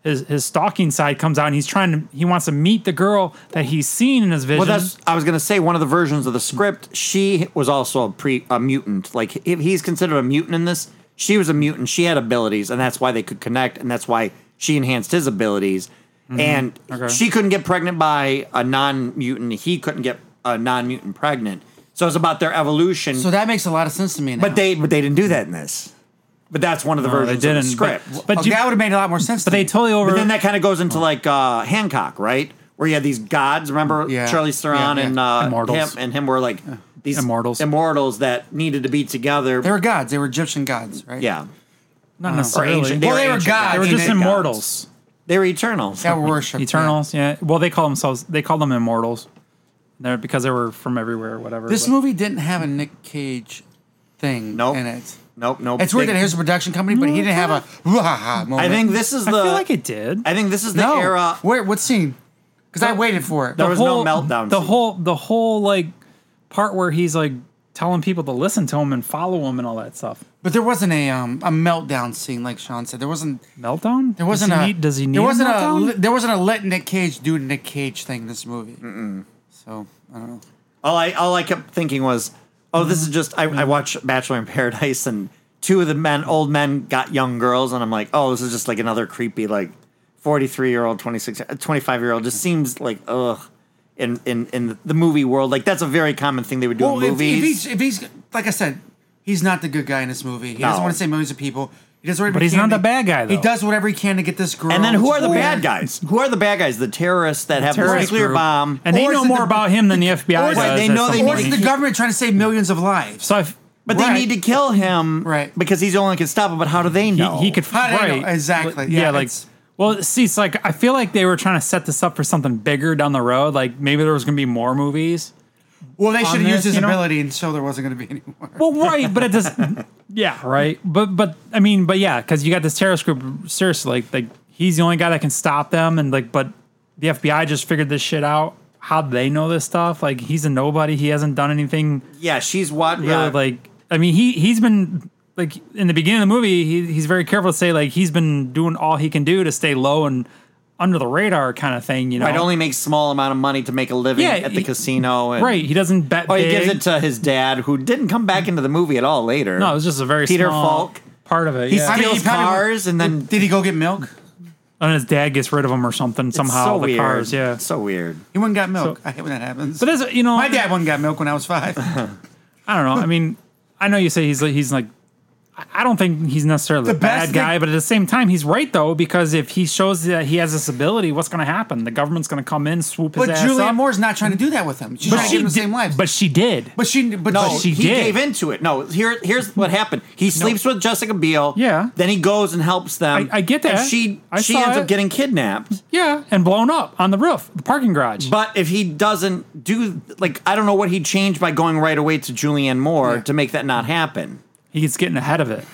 [SPEAKER 4] his his stalking side comes out and he's trying to he wants to meet the girl that he's seen in his
[SPEAKER 2] Well,
[SPEAKER 4] vision.
[SPEAKER 2] that's, I was going to say, one of the versions of the script, she was also a, pre, a mutant. Like, if he's considered a mutant in this, she was a mutant. She had abilities, and that's why they could connect, and that's why she enhanced his abilities.
[SPEAKER 4] Mm-hmm.
[SPEAKER 2] And she couldn't get pregnant by a non mutant. He couldn't get a non mutant pregnant. So it's about their evolution.
[SPEAKER 3] So that makes a lot of sense to me. Now.
[SPEAKER 2] but they but they didn't do that in this. But that's one of the
[SPEAKER 4] No, they
[SPEAKER 2] versions of the
[SPEAKER 4] didn't, but-
[SPEAKER 2] script.
[SPEAKER 4] but
[SPEAKER 3] Oh,
[SPEAKER 4] you-
[SPEAKER 3] that would have made a lot more sense.
[SPEAKER 4] but they totally over
[SPEAKER 2] But then that kind of goes
[SPEAKER 3] Oh.
[SPEAKER 2] into like uh, Hancock, right? Where you had these gods. Remember
[SPEAKER 3] Yeah.
[SPEAKER 2] Charlie Theron
[SPEAKER 3] Yeah, yeah.
[SPEAKER 2] and uh,
[SPEAKER 4] Immortals.
[SPEAKER 2] him and him were like these
[SPEAKER 4] Immortals.
[SPEAKER 2] immortals that needed to be together.
[SPEAKER 3] they were gods. They were Egyptian gods, right?
[SPEAKER 2] yeah,
[SPEAKER 4] not necessarily.
[SPEAKER 2] ancient-
[SPEAKER 4] They
[SPEAKER 3] Well, they were
[SPEAKER 2] ancient
[SPEAKER 3] gods.
[SPEAKER 2] gods.
[SPEAKER 4] were
[SPEAKER 3] I mean,
[SPEAKER 4] just
[SPEAKER 3] they-
[SPEAKER 4] immortals.
[SPEAKER 2] they were eternals.
[SPEAKER 3] That were worship.
[SPEAKER 4] Eternals, yeah. Well, they call themselves they call them immortals. They're because they were from everywhere or whatever.
[SPEAKER 3] This
[SPEAKER 4] but-
[SPEAKER 3] movie didn't have a Nick Cage thing
[SPEAKER 2] Nope.
[SPEAKER 3] in it.
[SPEAKER 2] Nope, nope.
[SPEAKER 3] It's weird
[SPEAKER 2] They-
[SPEAKER 3] that here's a production company, but he didn't have a *laughs* "Wah-ha-ha" moment.
[SPEAKER 2] I think this is the.
[SPEAKER 4] I feel like it did.
[SPEAKER 2] I think this is the
[SPEAKER 3] no.
[SPEAKER 2] era.
[SPEAKER 3] Where? What scene? Because I waited for it.
[SPEAKER 2] There was no meltdown
[SPEAKER 4] The
[SPEAKER 2] scene.
[SPEAKER 4] whole the whole like part where he's like telling people to listen to him and follow him and all that stuff.
[SPEAKER 3] But there wasn't a um a meltdown scene like Sean said. There wasn't
[SPEAKER 4] Meltdown?
[SPEAKER 3] there wasn't
[SPEAKER 4] does
[SPEAKER 3] a
[SPEAKER 4] he need, does he need
[SPEAKER 3] there wasn't a,
[SPEAKER 4] meltdown?
[SPEAKER 3] li- there wasn't a let Nick Cage do Nick Cage thing in this movie. So I don't know.
[SPEAKER 2] All I all I kept thinking was, oh, this is just I, I watched Bachelor in Paradise and two of the men old men got young girls and I'm like, oh, this is just like another creepy like 43 year old, 26, 25 year old. Just seems like ugh. In, in in the movie world, like that's a very common thing they would do
[SPEAKER 3] Well,
[SPEAKER 2] in
[SPEAKER 3] if, if
[SPEAKER 2] movies.
[SPEAKER 3] he's if he's like I said, he's not the good guy in this movie. He doesn't
[SPEAKER 2] No.
[SPEAKER 3] want to save millions of people. He does whatever.
[SPEAKER 4] But
[SPEAKER 3] he
[SPEAKER 4] he's
[SPEAKER 3] can
[SPEAKER 4] not
[SPEAKER 3] to-
[SPEAKER 4] the bad guy,
[SPEAKER 3] He
[SPEAKER 4] though.
[SPEAKER 3] does whatever he can to get this girl.
[SPEAKER 2] and then who are the
[SPEAKER 3] Or-
[SPEAKER 2] bad guys? Who are the bad guys? The terrorists that have the
[SPEAKER 4] Oh, terrorist
[SPEAKER 2] nuclear
[SPEAKER 4] group.
[SPEAKER 2] bomb.
[SPEAKER 4] And they
[SPEAKER 3] Or is
[SPEAKER 4] know
[SPEAKER 3] it
[SPEAKER 4] more
[SPEAKER 3] the-
[SPEAKER 4] about him than the FBI
[SPEAKER 2] or is it
[SPEAKER 4] does.
[SPEAKER 2] they
[SPEAKER 4] at
[SPEAKER 2] know
[SPEAKER 4] some
[SPEAKER 2] they
[SPEAKER 3] Or
[SPEAKER 4] point.
[SPEAKER 3] is it the government trying to save millions of lives?
[SPEAKER 4] So if
[SPEAKER 2] but
[SPEAKER 3] Right.
[SPEAKER 2] they need to kill him,
[SPEAKER 3] Right.
[SPEAKER 2] Because he's the only one who can stop him. But how do they
[SPEAKER 4] he,
[SPEAKER 2] know?
[SPEAKER 4] he could
[SPEAKER 3] How do they
[SPEAKER 4] right
[SPEAKER 3] know? Exactly.
[SPEAKER 4] Li- Yeah,
[SPEAKER 3] Yeah,
[SPEAKER 4] like
[SPEAKER 3] it's-
[SPEAKER 4] well, see, it's like I feel like they were trying to set this up for something bigger down the road. Like maybe there was going to be more movies.
[SPEAKER 3] well, they should have
[SPEAKER 4] this,
[SPEAKER 3] used his
[SPEAKER 4] you know?
[SPEAKER 3] ability and show there wasn't going to be any more.
[SPEAKER 4] Well, right, but it does. *laughs* yeah, right. But but I mean, but yeah, because you got this terrorist group. Seriously, like like he's the only guy that can stop them, and like but the FBI just figured this shit out. How do they know this stuff? Like he's a nobody. He hasn't done anything
[SPEAKER 2] yeah, she's what?
[SPEAKER 4] really.
[SPEAKER 2] yeah,
[SPEAKER 4] Like I mean, he he's been like in the beginning of the movie, he, he's very careful to say like he's been doing all he can do to stay low and under the radar kind of thing. You know,
[SPEAKER 2] Right, only makes small amount of money to make a living
[SPEAKER 4] Yeah,
[SPEAKER 2] at the
[SPEAKER 4] he-
[SPEAKER 2] casino. And,
[SPEAKER 4] right. He doesn't bet.
[SPEAKER 2] Or Oh, he
[SPEAKER 4] big.
[SPEAKER 2] gives it to his dad, who didn't come back into the movie at all later.
[SPEAKER 4] no, it was just a very
[SPEAKER 2] Peter
[SPEAKER 4] small
[SPEAKER 2] Falk.
[SPEAKER 4] part of it.
[SPEAKER 2] He
[SPEAKER 4] yeah.
[SPEAKER 2] steals
[SPEAKER 3] probably-
[SPEAKER 2] cars and then
[SPEAKER 3] Did he go get milk?
[SPEAKER 4] and his dad gets rid of him or something somehow.
[SPEAKER 2] so
[SPEAKER 4] the
[SPEAKER 2] weird.
[SPEAKER 4] cars, yeah.
[SPEAKER 2] so weird.
[SPEAKER 3] He went and got milk. I hate when that happens.
[SPEAKER 4] But there's, you know,
[SPEAKER 3] my dad went and got milk when I was five.
[SPEAKER 4] I don't know. I mean, I know you say he's like, he's like, I- I don't think he's necessarily a
[SPEAKER 3] The
[SPEAKER 4] bad
[SPEAKER 3] best
[SPEAKER 4] guy,
[SPEAKER 3] thing-
[SPEAKER 4] but at the same time, he's right though because if he shows that he has this ability, what's going to happen? The government's going to come in, swoop his
[SPEAKER 3] But
[SPEAKER 4] ass
[SPEAKER 3] Julianne
[SPEAKER 4] up.
[SPEAKER 3] Moore's not trying to do that with him. She's
[SPEAKER 4] but
[SPEAKER 3] trying to
[SPEAKER 4] she
[SPEAKER 3] give him the
[SPEAKER 4] did,
[SPEAKER 3] same life.
[SPEAKER 4] but she did.
[SPEAKER 3] but she but
[SPEAKER 2] No,
[SPEAKER 4] she
[SPEAKER 2] he
[SPEAKER 4] did.
[SPEAKER 2] gave into it. No, here, here's what happened. He sleeps with Jessica Biel.
[SPEAKER 4] Yeah.
[SPEAKER 2] Then he goes and helps them.
[SPEAKER 4] I- I get that.
[SPEAKER 2] And she
[SPEAKER 4] I
[SPEAKER 2] she
[SPEAKER 4] saw
[SPEAKER 2] ends
[SPEAKER 4] it.
[SPEAKER 2] up getting kidnapped.
[SPEAKER 4] yeah, and blown up on the roof, the parking garage.
[SPEAKER 2] But if he doesn't do like I don't know what he changed by going right away to Julianne Moore to make that not happen.
[SPEAKER 4] he's getting ahead of it.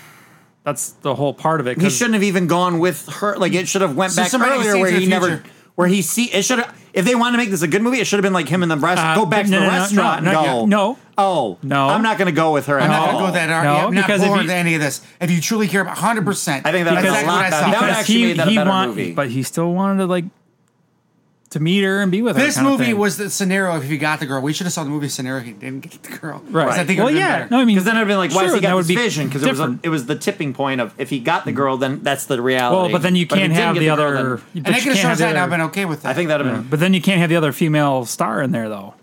[SPEAKER 4] That's the whole part of it.
[SPEAKER 2] He
[SPEAKER 4] 'cause-
[SPEAKER 2] shouldn't have even gone with her. Like it should have went
[SPEAKER 3] So
[SPEAKER 2] back
[SPEAKER 3] somebody
[SPEAKER 2] earlier
[SPEAKER 3] sees
[SPEAKER 2] where
[SPEAKER 3] the
[SPEAKER 2] he never,
[SPEAKER 3] future.
[SPEAKER 2] where he see. It should have. If they wanted to make this a good movie, it should have been like him in the restaurant.
[SPEAKER 4] Uh,
[SPEAKER 2] go back
[SPEAKER 4] no,
[SPEAKER 2] to the
[SPEAKER 4] no, no,
[SPEAKER 2] restaurant.
[SPEAKER 4] no,
[SPEAKER 2] and
[SPEAKER 4] no,
[SPEAKER 2] go.
[SPEAKER 4] no.
[SPEAKER 2] Oh
[SPEAKER 4] No.
[SPEAKER 2] I'm not going to go with her.
[SPEAKER 3] I'm
[SPEAKER 2] at
[SPEAKER 3] not
[SPEAKER 2] all.
[SPEAKER 3] going to go that hard.
[SPEAKER 4] No,
[SPEAKER 3] No, I'm not
[SPEAKER 4] because if
[SPEAKER 3] forward
[SPEAKER 4] you-
[SPEAKER 3] to any of this. If you truly care about 100%,
[SPEAKER 2] I think that was
[SPEAKER 3] that's
[SPEAKER 4] Because-
[SPEAKER 3] exactly what I
[SPEAKER 2] that-
[SPEAKER 3] saw.
[SPEAKER 2] that would
[SPEAKER 4] Because
[SPEAKER 2] actually made that a better movie.
[SPEAKER 4] But he still wanted to like to meet her and be with her.
[SPEAKER 3] this
[SPEAKER 4] kinda
[SPEAKER 3] movie
[SPEAKER 4] thing.
[SPEAKER 3] was the scenario if he got the girl. We should have saw the movie scenario if he didn't get the girl. 'Cause
[SPEAKER 4] right.
[SPEAKER 3] I think it would
[SPEAKER 4] well,
[SPEAKER 3] have
[SPEAKER 4] yeah.
[SPEAKER 3] been
[SPEAKER 4] No,
[SPEAKER 3] better.
[SPEAKER 4] I mean,
[SPEAKER 2] Because then I'd been like, why
[SPEAKER 4] sure,
[SPEAKER 2] does he
[SPEAKER 4] that
[SPEAKER 2] got
[SPEAKER 4] would
[SPEAKER 2] this
[SPEAKER 4] be
[SPEAKER 2] vision? Because it was a,
[SPEAKER 4] different.
[SPEAKER 2] it was the tipping point of if he got the girl, then that's the reality.
[SPEAKER 4] well, but then you
[SPEAKER 2] if he
[SPEAKER 4] can't
[SPEAKER 2] didn't
[SPEAKER 4] have
[SPEAKER 2] get
[SPEAKER 4] the
[SPEAKER 2] girl,
[SPEAKER 4] other.
[SPEAKER 2] then-
[SPEAKER 4] but
[SPEAKER 3] And they
[SPEAKER 4] you
[SPEAKER 3] could have
[SPEAKER 4] can't
[SPEAKER 3] shown us that
[SPEAKER 4] the
[SPEAKER 3] and I've
[SPEAKER 4] other-
[SPEAKER 3] been okay with that.
[SPEAKER 2] I think that'd have been.
[SPEAKER 4] But then you can't have the other female star in there though.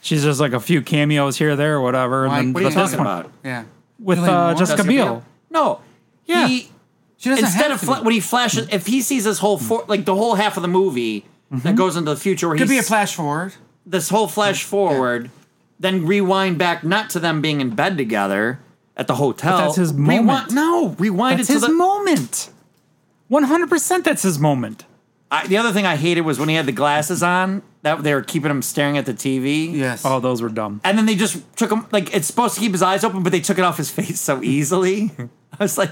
[SPEAKER 4] She's just like a few cameos here, there, or whatever.
[SPEAKER 3] Why-
[SPEAKER 4] and then,
[SPEAKER 2] What are you
[SPEAKER 4] but this
[SPEAKER 2] talking
[SPEAKER 4] one-
[SPEAKER 2] about?
[SPEAKER 3] Yeah.
[SPEAKER 4] with
[SPEAKER 3] Julianne
[SPEAKER 4] uh,
[SPEAKER 3] Moore?
[SPEAKER 4] Jessica
[SPEAKER 2] Jessica
[SPEAKER 4] Biel?
[SPEAKER 2] No.
[SPEAKER 4] Yeah.
[SPEAKER 2] He,
[SPEAKER 3] She doesn't
[SPEAKER 2] instead
[SPEAKER 3] have
[SPEAKER 2] of
[SPEAKER 3] to
[SPEAKER 2] fla-
[SPEAKER 3] be.
[SPEAKER 2] when he flashes, if he sees this whole for, like the whole half of the movie
[SPEAKER 4] Mm-hmm.
[SPEAKER 2] that goes into the future, where
[SPEAKER 3] Could be a
[SPEAKER 2] he's
[SPEAKER 3] flash forward.
[SPEAKER 2] this whole flash forward, then rewind back not to them being in bed together at the hotel.
[SPEAKER 4] that's his
[SPEAKER 2] Rewi-
[SPEAKER 4] moment.
[SPEAKER 2] no, rewind
[SPEAKER 4] That's
[SPEAKER 2] it to
[SPEAKER 4] his
[SPEAKER 2] the.
[SPEAKER 4] moment. One hundred percent, that's his moment.
[SPEAKER 2] I, the other thing I hated was when he had the glasses on. That they were keeping him staring at the TV.
[SPEAKER 3] Yes.
[SPEAKER 4] Oh, those were dumb.
[SPEAKER 2] And then they just took him like it's supposed to keep his eyes open, but they took it off his *laughs* face so easily. *laughs* I was like,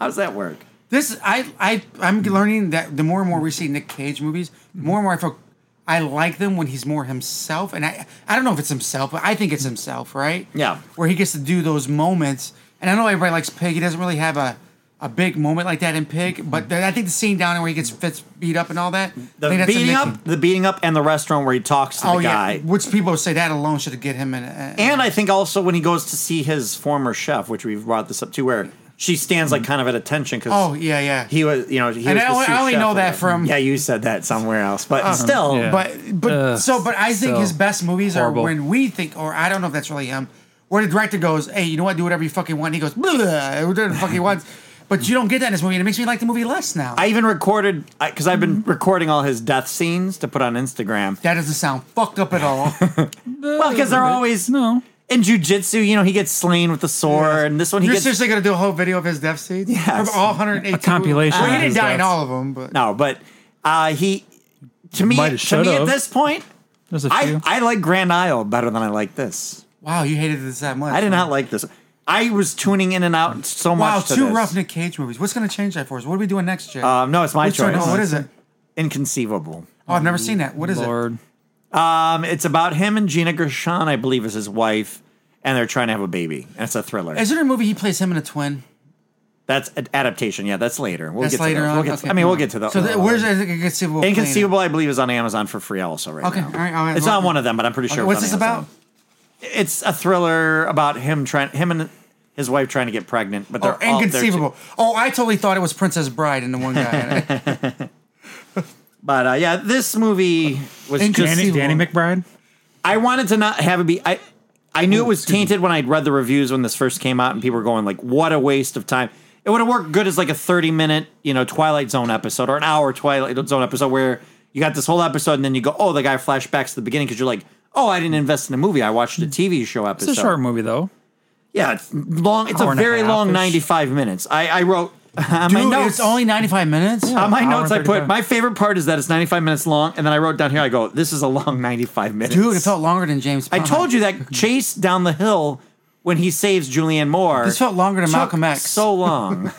[SPEAKER 2] how does that work?
[SPEAKER 3] This I I I'm learning that the more and more we see Nick Cage movies, the more and more I feel I like them when he's more himself. And I I don't know if it's himself, but I think it's himself, right?
[SPEAKER 2] Yeah.
[SPEAKER 3] Where he gets to do those moments. And I know everybody likes Pig. He doesn't really have a a big moment like that in Pig, but th- I think the scene down where he gets fits beat up and all that. I
[SPEAKER 2] The
[SPEAKER 3] think that's a
[SPEAKER 2] beating
[SPEAKER 3] Nick-
[SPEAKER 2] up, the beating up, and the restaurant where he talks to
[SPEAKER 3] Oh
[SPEAKER 2] the guy.
[SPEAKER 3] yeah, which people say that alone should get him in. A,
[SPEAKER 2] And I think also when he goes to see his former chef, which we've brought this up to, where she stands like kind of at attention because
[SPEAKER 3] Mm. oh yeah, yeah.
[SPEAKER 2] he was, you know, he
[SPEAKER 3] And
[SPEAKER 2] was
[SPEAKER 3] I
[SPEAKER 2] the
[SPEAKER 3] only-
[SPEAKER 2] sous
[SPEAKER 3] I only
[SPEAKER 2] chef
[SPEAKER 3] know
[SPEAKER 2] or
[SPEAKER 3] that
[SPEAKER 2] whatever.
[SPEAKER 3] from- Uh-huh.
[SPEAKER 2] yeah, you said that somewhere else, but still,
[SPEAKER 4] yeah.
[SPEAKER 3] But but
[SPEAKER 4] Ugh,
[SPEAKER 3] so but I think
[SPEAKER 4] so
[SPEAKER 3] his best movies
[SPEAKER 4] horrible.
[SPEAKER 3] are when we think or I don't know if that's really him, where the director goes, Hey, you know what, do whatever you fucking want and he goes, "Bleh," whatever the fuck
[SPEAKER 4] *laughs*
[SPEAKER 3] he wants. But you don't get that in this movie and it makes me like the movie less now.
[SPEAKER 2] I even recorded because I've been
[SPEAKER 3] Mm-hmm.
[SPEAKER 2] recording all his death scenes to put on Instagram.
[SPEAKER 3] that doesn't sound fucked
[SPEAKER 4] *laughs*
[SPEAKER 3] up at all. Oh,
[SPEAKER 2] Well, because they're always
[SPEAKER 4] no.
[SPEAKER 2] in jujitsu. You know, he gets slain with the sword, and this one he
[SPEAKER 3] You're
[SPEAKER 2] gets
[SPEAKER 3] seriously gonna do a whole video of his death scenes?
[SPEAKER 2] Yes.
[SPEAKER 3] Of all 108
[SPEAKER 4] A compilation
[SPEAKER 3] Well,
[SPEAKER 4] of
[SPEAKER 3] he
[SPEAKER 4] his
[SPEAKER 3] didn't die in
[SPEAKER 4] deaths.
[SPEAKER 3] all of them, but
[SPEAKER 2] no. But uh, he to me
[SPEAKER 4] Might have
[SPEAKER 2] to me
[SPEAKER 4] should've.
[SPEAKER 2] at this point,
[SPEAKER 4] There's a few.
[SPEAKER 2] I I like Grand Isle better than I like this.
[SPEAKER 3] wow, you hated this that much.
[SPEAKER 2] I did not like this. I was tuning in and out so
[SPEAKER 3] Wow,
[SPEAKER 2] much. to
[SPEAKER 3] two
[SPEAKER 2] this.
[SPEAKER 3] rough Nick Cage movies. What's gonna change that for us? What are we doing next,
[SPEAKER 4] Uh,
[SPEAKER 3] Jay?
[SPEAKER 2] Um, no, it's my
[SPEAKER 3] Which
[SPEAKER 2] choice.
[SPEAKER 3] one? Oh, what is it?
[SPEAKER 2] Inconceivable.
[SPEAKER 3] Oh, I've never seen that. What is it?
[SPEAKER 4] Lord.
[SPEAKER 2] Um, it's about him and Gina Gershon, I believe, is his wife, and they're trying to have a baby. And it's a thriller.
[SPEAKER 3] Is there a movie he plays him and a twin?
[SPEAKER 2] that's an adaptation. Yeah, that's later. We'll
[SPEAKER 3] That's
[SPEAKER 2] get
[SPEAKER 3] later
[SPEAKER 2] to those.
[SPEAKER 3] on.
[SPEAKER 2] We'll get to-
[SPEAKER 3] Okay.
[SPEAKER 2] I mean, we'll get to that.
[SPEAKER 3] So the, where's the inconceivable? Plane?
[SPEAKER 2] Inconceivable? I believe is on Amazon for free also right
[SPEAKER 3] Okay,
[SPEAKER 2] now.
[SPEAKER 3] all right, all right.
[SPEAKER 2] It's
[SPEAKER 3] Well-
[SPEAKER 2] on one of them, but I'm pretty
[SPEAKER 3] Okay,
[SPEAKER 2] sure.
[SPEAKER 3] what's
[SPEAKER 2] it's
[SPEAKER 3] this
[SPEAKER 2] on
[SPEAKER 3] about?
[SPEAKER 2] Amazon. It's a thriller about him trying him and his wife trying to get pregnant, but
[SPEAKER 3] Oh,
[SPEAKER 2] they're all- they're two-
[SPEAKER 3] inconceivable. Oh, I totally thought it was Princess Bride and the one
[SPEAKER 2] *laughs*
[SPEAKER 3] guy.
[SPEAKER 2] But uh, yeah, this movie was just.
[SPEAKER 4] Danny,
[SPEAKER 3] Inconceivable.
[SPEAKER 4] Danny McBride.
[SPEAKER 2] I wanted to not have it be. I I knew it was tainted when I'd read the reviews when this first came out, and people were going like, "What a waste of time." It would have worked good as like a thirty-minute, you know, Twilight Zone episode or an hour Twilight Zone episode where you got this whole episode and then you go, "Oh, the guy flashbacks to the beginning" because you're like, "Oh, I didn't invest in a movie. I watched a TV show
[SPEAKER 4] It's
[SPEAKER 2] episode."
[SPEAKER 4] a short movie though.
[SPEAKER 2] Yeah, it's long. It's
[SPEAKER 4] Hour
[SPEAKER 2] a
[SPEAKER 4] and a
[SPEAKER 2] very long
[SPEAKER 4] half-ish.
[SPEAKER 2] ninety-five minutes. I, I wrote *laughs* on my
[SPEAKER 3] Dude,
[SPEAKER 2] notes.
[SPEAKER 3] it's only ninety five minutes.
[SPEAKER 2] on my
[SPEAKER 4] Hour and
[SPEAKER 2] notes, I put
[SPEAKER 4] 35.
[SPEAKER 2] my favorite part is that it's ninety-five minutes long, and then I wrote down here. I go, "This is a long ninety-five minutes."
[SPEAKER 3] Dude, it felt longer than James.
[SPEAKER 2] I
[SPEAKER 3] Bond.
[SPEAKER 2] told you
[SPEAKER 3] *laughs*
[SPEAKER 2] that chase down the hill when he saves Julianne Moore.
[SPEAKER 3] This felt longer than
[SPEAKER 2] took
[SPEAKER 3] Malcolm X.
[SPEAKER 2] So
[SPEAKER 3] *laughs*
[SPEAKER 2] long,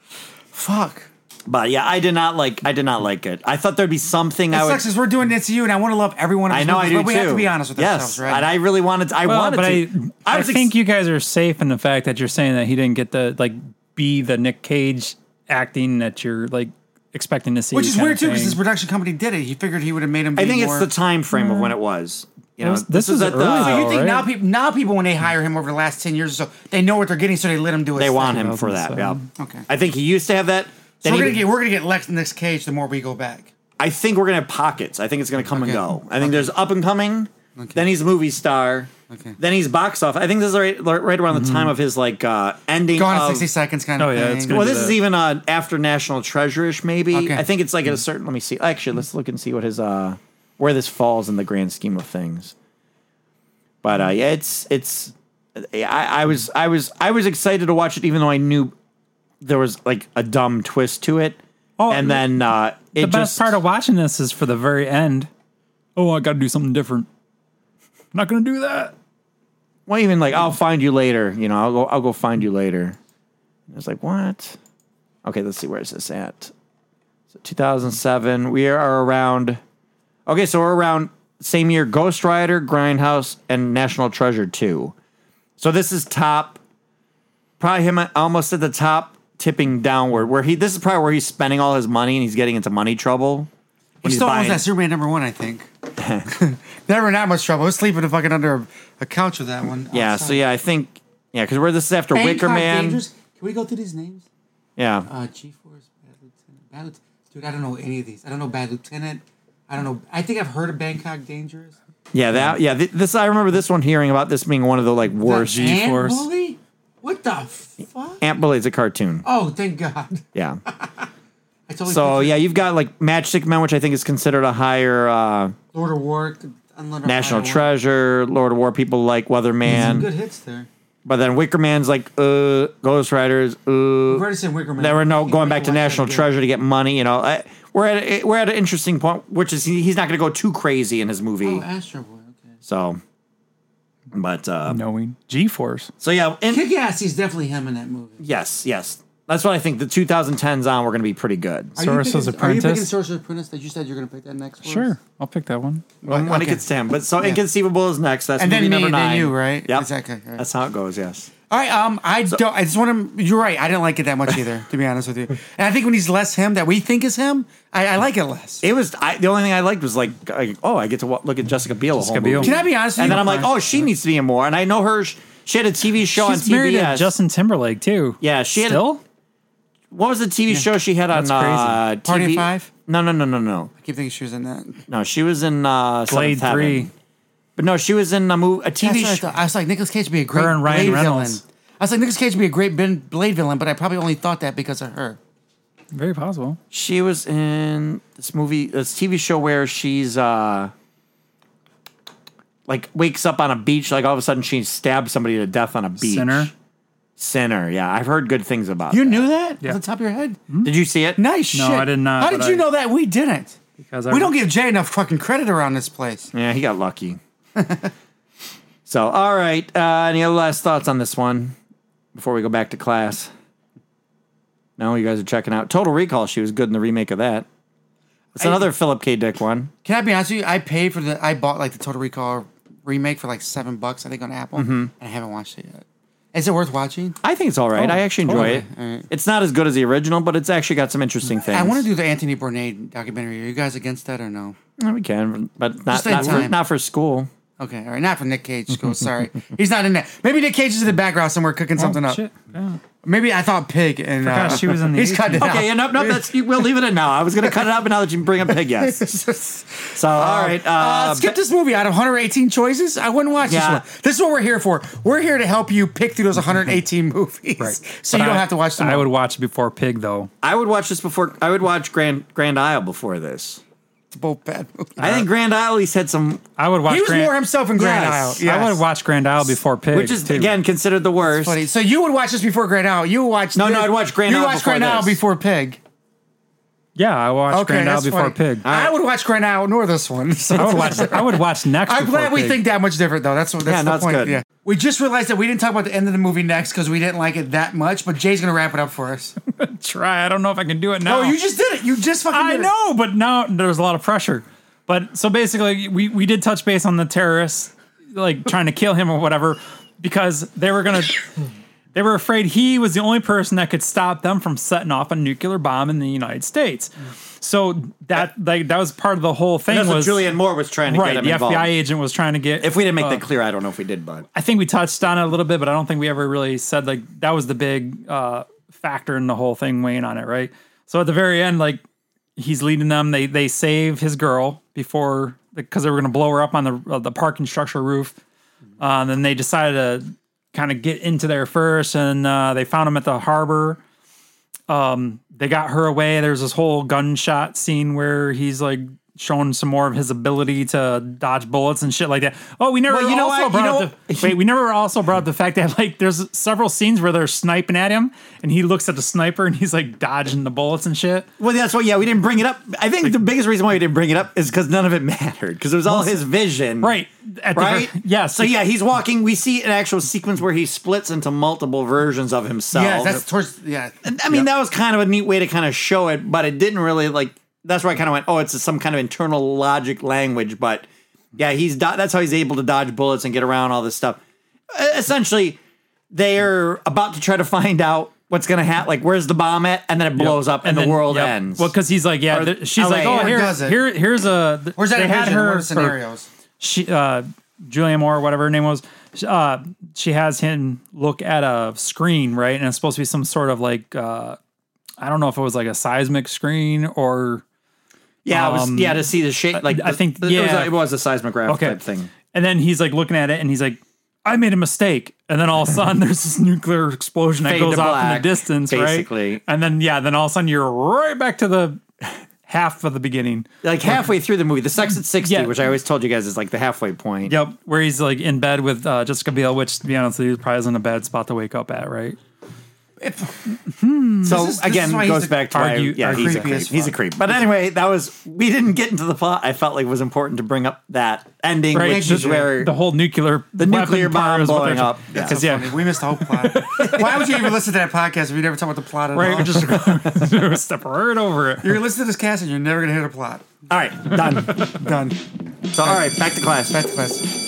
[SPEAKER 3] fuck.
[SPEAKER 2] but yeah, I did not like. I did not like it. I thought there'd be something
[SPEAKER 3] It
[SPEAKER 2] I would.
[SPEAKER 3] sucks 'cause we're doing this to you, and I want to love everyone.
[SPEAKER 2] I know I do
[SPEAKER 3] but we
[SPEAKER 2] too.
[SPEAKER 3] have to be honest with
[SPEAKER 2] yes,
[SPEAKER 3] ourselves, right?
[SPEAKER 2] And I really wanted. To, I
[SPEAKER 4] Well,
[SPEAKER 2] wanted
[SPEAKER 4] but I,
[SPEAKER 2] to.
[SPEAKER 4] I,
[SPEAKER 2] was ex-
[SPEAKER 4] think you guys are safe in the fact that you're saying that he didn't get the like be the Nick Cage acting that you're like expecting to see,
[SPEAKER 3] Which is
[SPEAKER 4] kinda
[SPEAKER 3] weird too, because
[SPEAKER 4] thing.
[SPEAKER 3] his production company did it. He figured he would have made him. Be
[SPEAKER 2] I think
[SPEAKER 3] more- Mm-hmm.
[SPEAKER 2] it's the time frame of when it was. You know,
[SPEAKER 4] was- this was
[SPEAKER 2] at the.
[SPEAKER 4] early,
[SPEAKER 3] So you think
[SPEAKER 4] Alright.
[SPEAKER 3] now people now people when they hire him over the last ten years or so, they know what they're getting, so they let him do it.
[SPEAKER 2] they want him for that. Yeah.
[SPEAKER 4] 2007.
[SPEAKER 3] Okay.
[SPEAKER 2] I think he used to have that.
[SPEAKER 3] So
[SPEAKER 2] Then
[SPEAKER 3] we're
[SPEAKER 2] he-
[SPEAKER 3] gonna get we're gonna get Lex Nick Cage the more we go back.
[SPEAKER 2] I think we're gonna have pockets. I think it's gonna come and
[SPEAKER 3] Okay.
[SPEAKER 2] go. I think there's up and coming. Then he's a movie star.
[SPEAKER 3] Okay.
[SPEAKER 2] Then he's box office. I think this is right, right around the time of his like uh, ending.
[SPEAKER 3] Gone in
[SPEAKER 2] of-
[SPEAKER 3] sixty seconds kind of
[SPEAKER 4] Oh, yeah,
[SPEAKER 3] thing.
[SPEAKER 4] it's
[SPEAKER 2] Well,
[SPEAKER 4] gonna
[SPEAKER 2] this
[SPEAKER 4] that.
[SPEAKER 2] is even uh, after National Treasure-ish, maybe.
[SPEAKER 3] Okay.
[SPEAKER 2] I think it's like at a certain. Let me see. Actually, let's look and see what his uh, where this falls in the grand scheme of things. But uh, yeah, it's it's. I, I was I was I was excited to watch it, even though I knew there was like a dumb twist to it.
[SPEAKER 4] Oh,
[SPEAKER 2] and then uh, it
[SPEAKER 4] the best
[SPEAKER 2] just,
[SPEAKER 4] part of watching this is for the very end. Oh, I got to do something different. I'm not gonna do that.
[SPEAKER 2] well, even like I'll find you later. You know, I'll go. I'll go find you later. And it's like what? Okay, let's see. Where is this at? So 2007. We are around. Okay, so we're around same year. Ghost Rider, Grindhouse, and National Treasure two. So this is top. Probably him almost at the top, tipping downward. Where he. This is probably where he's spending all his money and he's getting into money trouble.
[SPEAKER 3] He
[SPEAKER 2] When he's
[SPEAKER 3] still owns
[SPEAKER 2] buying-
[SPEAKER 3] that Superman number one,
[SPEAKER 2] *laughs*
[SPEAKER 3] I think. *laughs* Never in that much trouble. I was sleeping fucking under a, a couch with that one.
[SPEAKER 2] Yeah. So yeah, I think. Yeah, because where this is after Wicker Man.
[SPEAKER 3] Can we go through these names?
[SPEAKER 2] Yeah.
[SPEAKER 3] Uh, G Force, Bad Lieutenant, Bad Lieutenant. Dude, I don't know any of these. I don't know Bad Lieutenant. I don't know. I think I've heard of Bangkok Dangerous.
[SPEAKER 2] Yeah, that. Yeah, th- this. I remember this one hearing about this being one of the like worst.
[SPEAKER 3] The Ant
[SPEAKER 4] G-Force.
[SPEAKER 3] Bully? What the fuck?
[SPEAKER 2] Ant Bully is a cartoon.
[SPEAKER 3] Oh, thank God. *laughs*
[SPEAKER 2] Yeah.
[SPEAKER 3] I totally
[SPEAKER 2] So
[SPEAKER 3] pictured
[SPEAKER 2] yeah, you've got like Matchstick Men, which I think is considered a higher uh,
[SPEAKER 3] Lord of War, Unlimited
[SPEAKER 2] National
[SPEAKER 3] Fire,
[SPEAKER 2] Treasure, Lord of War. People like
[SPEAKER 3] Some
[SPEAKER 2] Weatherman,
[SPEAKER 3] good hits there.
[SPEAKER 2] but then Wicker Man's like uh, Ghost Riders.
[SPEAKER 3] We've
[SPEAKER 2] Uh,
[SPEAKER 3] already seen Wicker Man.
[SPEAKER 2] there were no
[SPEAKER 3] Can't
[SPEAKER 2] going
[SPEAKER 3] wait
[SPEAKER 2] back to
[SPEAKER 3] watch that
[SPEAKER 2] National
[SPEAKER 3] again.
[SPEAKER 2] Treasure to get money. You know, I, we're at a, eh, we're at an interesting point, which is he, he's not going to go too crazy in his movie.
[SPEAKER 3] Oh, Astro Boy. Okay.
[SPEAKER 2] So, but uh,
[SPEAKER 4] Knowing G-force.
[SPEAKER 2] so yeah, and
[SPEAKER 3] Kick Ass, he's definitely him in that movie.
[SPEAKER 2] yes, yes, that's what I think. The 2010s on, we're going to be pretty good.
[SPEAKER 3] Are you picking- Are
[SPEAKER 4] Sorcerer's
[SPEAKER 3] you
[SPEAKER 4] Apprentice?
[SPEAKER 3] picking Sorcerer's Apprentice that you said you're going to pick that next one?
[SPEAKER 4] Sure, I'll pick that one.
[SPEAKER 2] when, when it
[SPEAKER 3] Okay.
[SPEAKER 2] gets to him. But so inconceivable is next. That's
[SPEAKER 3] And then
[SPEAKER 2] movie
[SPEAKER 3] me,
[SPEAKER 2] number
[SPEAKER 3] then
[SPEAKER 2] nine.
[SPEAKER 3] you, right?
[SPEAKER 2] Yep.
[SPEAKER 3] Exactly, all right.
[SPEAKER 2] That's how it goes. Yes.
[SPEAKER 3] All right. Um, I don't. I just want to. You're right. I didn't like it that much either, to be honest with you. And I think when he's less him that we think is him, I, I like it less.
[SPEAKER 2] It was I, the only thing I liked was like, I, oh, I get to wa- look at Jessica Biel. a whole
[SPEAKER 4] Jessica Biel.
[SPEAKER 2] movie.
[SPEAKER 3] Can I be honest with
[SPEAKER 2] And
[SPEAKER 3] you?
[SPEAKER 2] then I'm like, oh, she needs to be in more. And I know her. sh- She had a TV show
[SPEAKER 4] She's
[SPEAKER 2] on
[SPEAKER 4] married to
[SPEAKER 2] TBS.
[SPEAKER 4] Justin Timberlake too.
[SPEAKER 2] Yeah, she had a-
[SPEAKER 4] still.
[SPEAKER 2] what was the TV show she had on?
[SPEAKER 4] That's crazy.
[SPEAKER 2] Uh, TV?
[SPEAKER 3] Party of Five?
[SPEAKER 2] No, no, no, no, no,
[SPEAKER 3] I keep thinking she was in that.
[SPEAKER 2] no. She was in uh,
[SPEAKER 4] Blade
[SPEAKER 2] Seventh Heaven.
[SPEAKER 4] Three.
[SPEAKER 2] But no, she was in a movie, a
[SPEAKER 3] That's
[SPEAKER 2] TV
[SPEAKER 3] what I,
[SPEAKER 2] show.
[SPEAKER 3] thought. I was like, Nicholas Cage would be a great
[SPEAKER 4] and Ryan
[SPEAKER 3] Blade
[SPEAKER 4] Reynolds.
[SPEAKER 3] villain. I was like, Nicholas Cage would be a great Ben- Blade villain, but I probably only thought that because of her.
[SPEAKER 4] Very possible.
[SPEAKER 2] She was in this movie, this TV show where she's uh like wakes up on a beach, like all of a sudden she stabbed somebody to death on a beach.
[SPEAKER 4] Sinner.
[SPEAKER 2] Sinner. Yeah, I've heard good things about.
[SPEAKER 3] You
[SPEAKER 2] it.
[SPEAKER 3] knew that
[SPEAKER 4] Yeah. Hmm?
[SPEAKER 3] off the top of your head.
[SPEAKER 2] Did you see it?
[SPEAKER 3] Nice
[SPEAKER 4] No,
[SPEAKER 3] shit.
[SPEAKER 4] I did not,
[SPEAKER 3] How did
[SPEAKER 4] but
[SPEAKER 3] you
[SPEAKER 4] I-
[SPEAKER 3] know that? We didn't.
[SPEAKER 4] Because
[SPEAKER 3] We don't give Jay enough fucking credit around this place.
[SPEAKER 2] Yeah, he got lucky. *laughs* so, all right. Uh, any other last thoughts on this one before we go back to class? No, you guys are checking out Total Recall. She was good in the remake of that. It's another Philip K. Dick one.
[SPEAKER 3] Can I be honest with you? I paid for the. I bought like the Total Recall remake for like seven bucks, I think, on Apple,
[SPEAKER 4] Mm-hmm.
[SPEAKER 3] and I haven't watched it yet. Is it worth watching?
[SPEAKER 2] I think it's all right. I actually enjoy
[SPEAKER 3] totally.
[SPEAKER 2] it.
[SPEAKER 3] All right.
[SPEAKER 2] It's not as good as the original, but it's actually got some interesting things.
[SPEAKER 3] I want to do the Anthony Bourdain documentary. Are you guys against that or no?
[SPEAKER 2] No, we can, but not
[SPEAKER 3] Just in
[SPEAKER 2] not for,
[SPEAKER 3] time.
[SPEAKER 2] not for school.
[SPEAKER 3] Okay, all right, not for Nick Cage school. Sorry,
[SPEAKER 4] *laughs*
[SPEAKER 3] he's not in that. Maybe Nick Cage is in the background somewhere cooking something up.
[SPEAKER 4] Oh, Shit. Yeah.
[SPEAKER 3] Maybe I thought pig and uh,
[SPEAKER 4] Forgot she was in
[SPEAKER 3] *laughs*
[SPEAKER 4] the
[SPEAKER 3] He's cut it out.
[SPEAKER 2] Okay, yeah, no, no, that's you- we'll leave it in now. I was going to cut it out, but now that you bring up pig, yes. So, all right, uh,
[SPEAKER 3] Uh, skip this movie out of 118 choices. I wouldn't watch
[SPEAKER 2] Yeah.
[SPEAKER 3] this one. This is what we're here for. We're here to help you pick through those
[SPEAKER 4] *laughs*
[SPEAKER 3] 118 movies, so
[SPEAKER 4] But
[SPEAKER 3] you don't
[SPEAKER 4] I-
[SPEAKER 3] have to watch them.
[SPEAKER 4] I
[SPEAKER 3] all.
[SPEAKER 4] would watch before Pig though.
[SPEAKER 2] I would watch this before. I would watch Grand Grand Isle before this.
[SPEAKER 3] It's both bad movies.
[SPEAKER 2] I think Grand Isle. He's had some,
[SPEAKER 4] I would watch.
[SPEAKER 3] he was
[SPEAKER 4] Grand,
[SPEAKER 3] more himself in Grand
[SPEAKER 2] Yes.
[SPEAKER 3] Isle.
[SPEAKER 2] I
[SPEAKER 3] Yes.
[SPEAKER 4] I would watch Grand Isle before Pig,
[SPEAKER 2] which is
[SPEAKER 4] too.
[SPEAKER 2] again considered the worst.
[SPEAKER 3] Buddy, So you would watch this before Grand Isle. You would watch
[SPEAKER 2] No,
[SPEAKER 3] this.
[SPEAKER 2] no, I'd watch Grand
[SPEAKER 3] you
[SPEAKER 2] Isle
[SPEAKER 3] watch
[SPEAKER 2] before
[SPEAKER 3] Grand Isle
[SPEAKER 2] this.
[SPEAKER 3] before Pig.
[SPEAKER 4] yeah, I watched
[SPEAKER 3] Okay,
[SPEAKER 4] Grand Isle
[SPEAKER 3] that's
[SPEAKER 4] before
[SPEAKER 3] funny.
[SPEAKER 4] Pig.
[SPEAKER 3] I would watch Grand Isle nor this one. So
[SPEAKER 4] *laughs* I would watch. I
[SPEAKER 3] *laughs*
[SPEAKER 4] would watch next.
[SPEAKER 3] I'm
[SPEAKER 4] before
[SPEAKER 3] glad we
[SPEAKER 4] Pig.
[SPEAKER 3] think that much different, though. That's what. That's
[SPEAKER 2] Yeah,
[SPEAKER 3] the
[SPEAKER 2] no, it's
[SPEAKER 3] point.
[SPEAKER 2] good.
[SPEAKER 3] Yeah. We just realized that we didn't talk about the end of the movie next because we didn't like it that much. But Jay's gonna wrap it up for us.
[SPEAKER 4] Try. I don't know if I can do it now.
[SPEAKER 3] No, you just did it. You just fucking.
[SPEAKER 4] I
[SPEAKER 3] did it.
[SPEAKER 4] know, but now there's a lot of pressure. But so basically, we we did touch base on the terrorists, like trying to kill him or whatever, because they were gonna. *coughs* They were afraid he was the only person that could stop them from setting off a nuclear bomb in the United States. So that like that was part of the whole thing
[SPEAKER 2] That's what
[SPEAKER 4] was
[SPEAKER 2] Julian Moore was trying to
[SPEAKER 4] right.
[SPEAKER 2] get him
[SPEAKER 4] The
[SPEAKER 2] involved.
[SPEAKER 4] FBI agent was trying to get.
[SPEAKER 2] if we didn't make
[SPEAKER 4] uh,
[SPEAKER 2] that clear, I don't know if we did, but
[SPEAKER 4] I think we touched on it a little bit, but I don't think we ever really said like that was the big uh, factor in the whole thing weighing on it, right? So at the very end, like he's leading them. They they save his girl before because they were going to blow her up on the uh, the parking structure roof. Uh, then they decided to kind of get into there first, and uh, they found him at the harbor. Um, they got her away. There's this whole gunshot scene where he's like showing some more of his ability to dodge bullets and shit like that. Oh, we never
[SPEAKER 2] Well, you know
[SPEAKER 4] also
[SPEAKER 2] what?
[SPEAKER 4] brought
[SPEAKER 2] You know
[SPEAKER 4] up the, wait, we never also brought up the fact that like there's several scenes where they're sniping at him, and he looks at the sniper and he's like dodging the bullets and shit.
[SPEAKER 2] well, that's why. Yeah, we didn't bring it up. I think the biggest reason why we didn't bring it up is because none of it mattered because it was all his vision,
[SPEAKER 4] Right. At the
[SPEAKER 2] right?
[SPEAKER 4] ver- *laughs* yes.
[SPEAKER 2] So yeah, he's walking. We see an actual sequence where he splits into multiple versions of himself.
[SPEAKER 3] Yeah, that's towards. Yeah.
[SPEAKER 2] I mean, that was kind of a neat way to kind of show it, but it didn't really like. That's where I kind of went. Oh, it's some kind of internal logic language, but yeah, he's do- that's how he's able to dodge bullets and get around all this stuff. Uh, essentially, they're about to try to find out what's going to happen. Like, where's the bomb at? And then it blows up, and, the
[SPEAKER 4] then-
[SPEAKER 2] world
[SPEAKER 4] yep.
[SPEAKER 2] ends.
[SPEAKER 4] Well, because he's like, yeah,
[SPEAKER 2] Or
[SPEAKER 4] th- she's like,
[SPEAKER 2] LA.
[SPEAKER 4] oh,
[SPEAKER 2] Or
[SPEAKER 4] here,
[SPEAKER 3] does it?
[SPEAKER 4] here, here's a. th-
[SPEAKER 3] Where's that
[SPEAKER 4] they had
[SPEAKER 3] envision? What
[SPEAKER 4] her
[SPEAKER 3] are
[SPEAKER 4] or
[SPEAKER 3] scenarios?
[SPEAKER 4] She, uh, Julia Moore, whatever her name was, sh- uh, she has him look at a screen, right? And it's supposed to be some sort of like, uh, I don't know if it was like a seismic screen or
[SPEAKER 2] yeah, it was,
[SPEAKER 4] um,
[SPEAKER 2] yeah, to see the shape. Like,
[SPEAKER 4] I
[SPEAKER 2] the-
[SPEAKER 4] think-
[SPEAKER 2] it was a-
[SPEAKER 4] yeah.
[SPEAKER 2] it was a, seismograph
[SPEAKER 4] okay
[SPEAKER 2] type thing.
[SPEAKER 4] And then he's like looking at it, and he's like, I made a mistake. And then all of a sudden, *laughs* there's this nuclear explosion that
[SPEAKER 2] Fade
[SPEAKER 4] goes
[SPEAKER 2] to
[SPEAKER 4] off in
[SPEAKER 2] black,
[SPEAKER 4] the distance,
[SPEAKER 2] basically.
[SPEAKER 4] right? And then yeah, then all of a sudden you're right back to the half of the beginning.
[SPEAKER 2] Like halfway through the movie, the sex at sixty,
[SPEAKER 4] Yeah.
[SPEAKER 2] which I always told you guys is like the halfway point.
[SPEAKER 4] Yep, where he's like in bed with uh, Jessica Biel, which to be honest, with you, probably isn't a bad spot to wake up at, right?
[SPEAKER 2] So
[SPEAKER 3] This is- this
[SPEAKER 2] again,
[SPEAKER 3] is why he's
[SPEAKER 2] goes
[SPEAKER 3] a-
[SPEAKER 2] back to why,
[SPEAKER 4] Argue-
[SPEAKER 2] yeah, he's a
[SPEAKER 3] creepy
[SPEAKER 2] creep.
[SPEAKER 3] as
[SPEAKER 2] He's a
[SPEAKER 3] fuck.
[SPEAKER 2] creep. But anyway, that was we didn't get into the plot. I felt like it was important to bring up that ending,
[SPEAKER 4] Right,
[SPEAKER 2] which is
[SPEAKER 4] the-
[SPEAKER 2] where
[SPEAKER 4] the whole nuclear
[SPEAKER 2] the nuclear
[SPEAKER 4] weapon part
[SPEAKER 2] bomb
[SPEAKER 4] is what they're-
[SPEAKER 2] blowing up. Yeah.
[SPEAKER 4] Because yeah,
[SPEAKER 3] We missed the whole
[SPEAKER 4] *laughs*
[SPEAKER 3] plot. Why would you even listen to that podcast if you never talk about the plot at
[SPEAKER 4] right,
[SPEAKER 3] all?
[SPEAKER 4] we just *laughs* step right over
[SPEAKER 3] *laughs*
[SPEAKER 4] it.
[SPEAKER 3] you're gonna listen to this cast and you're never gonna hear the plot.
[SPEAKER 2] All right,
[SPEAKER 4] *laughs*
[SPEAKER 2] done.
[SPEAKER 3] Done.
[SPEAKER 2] so all right, back to class.
[SPEAKER 3] Back to class.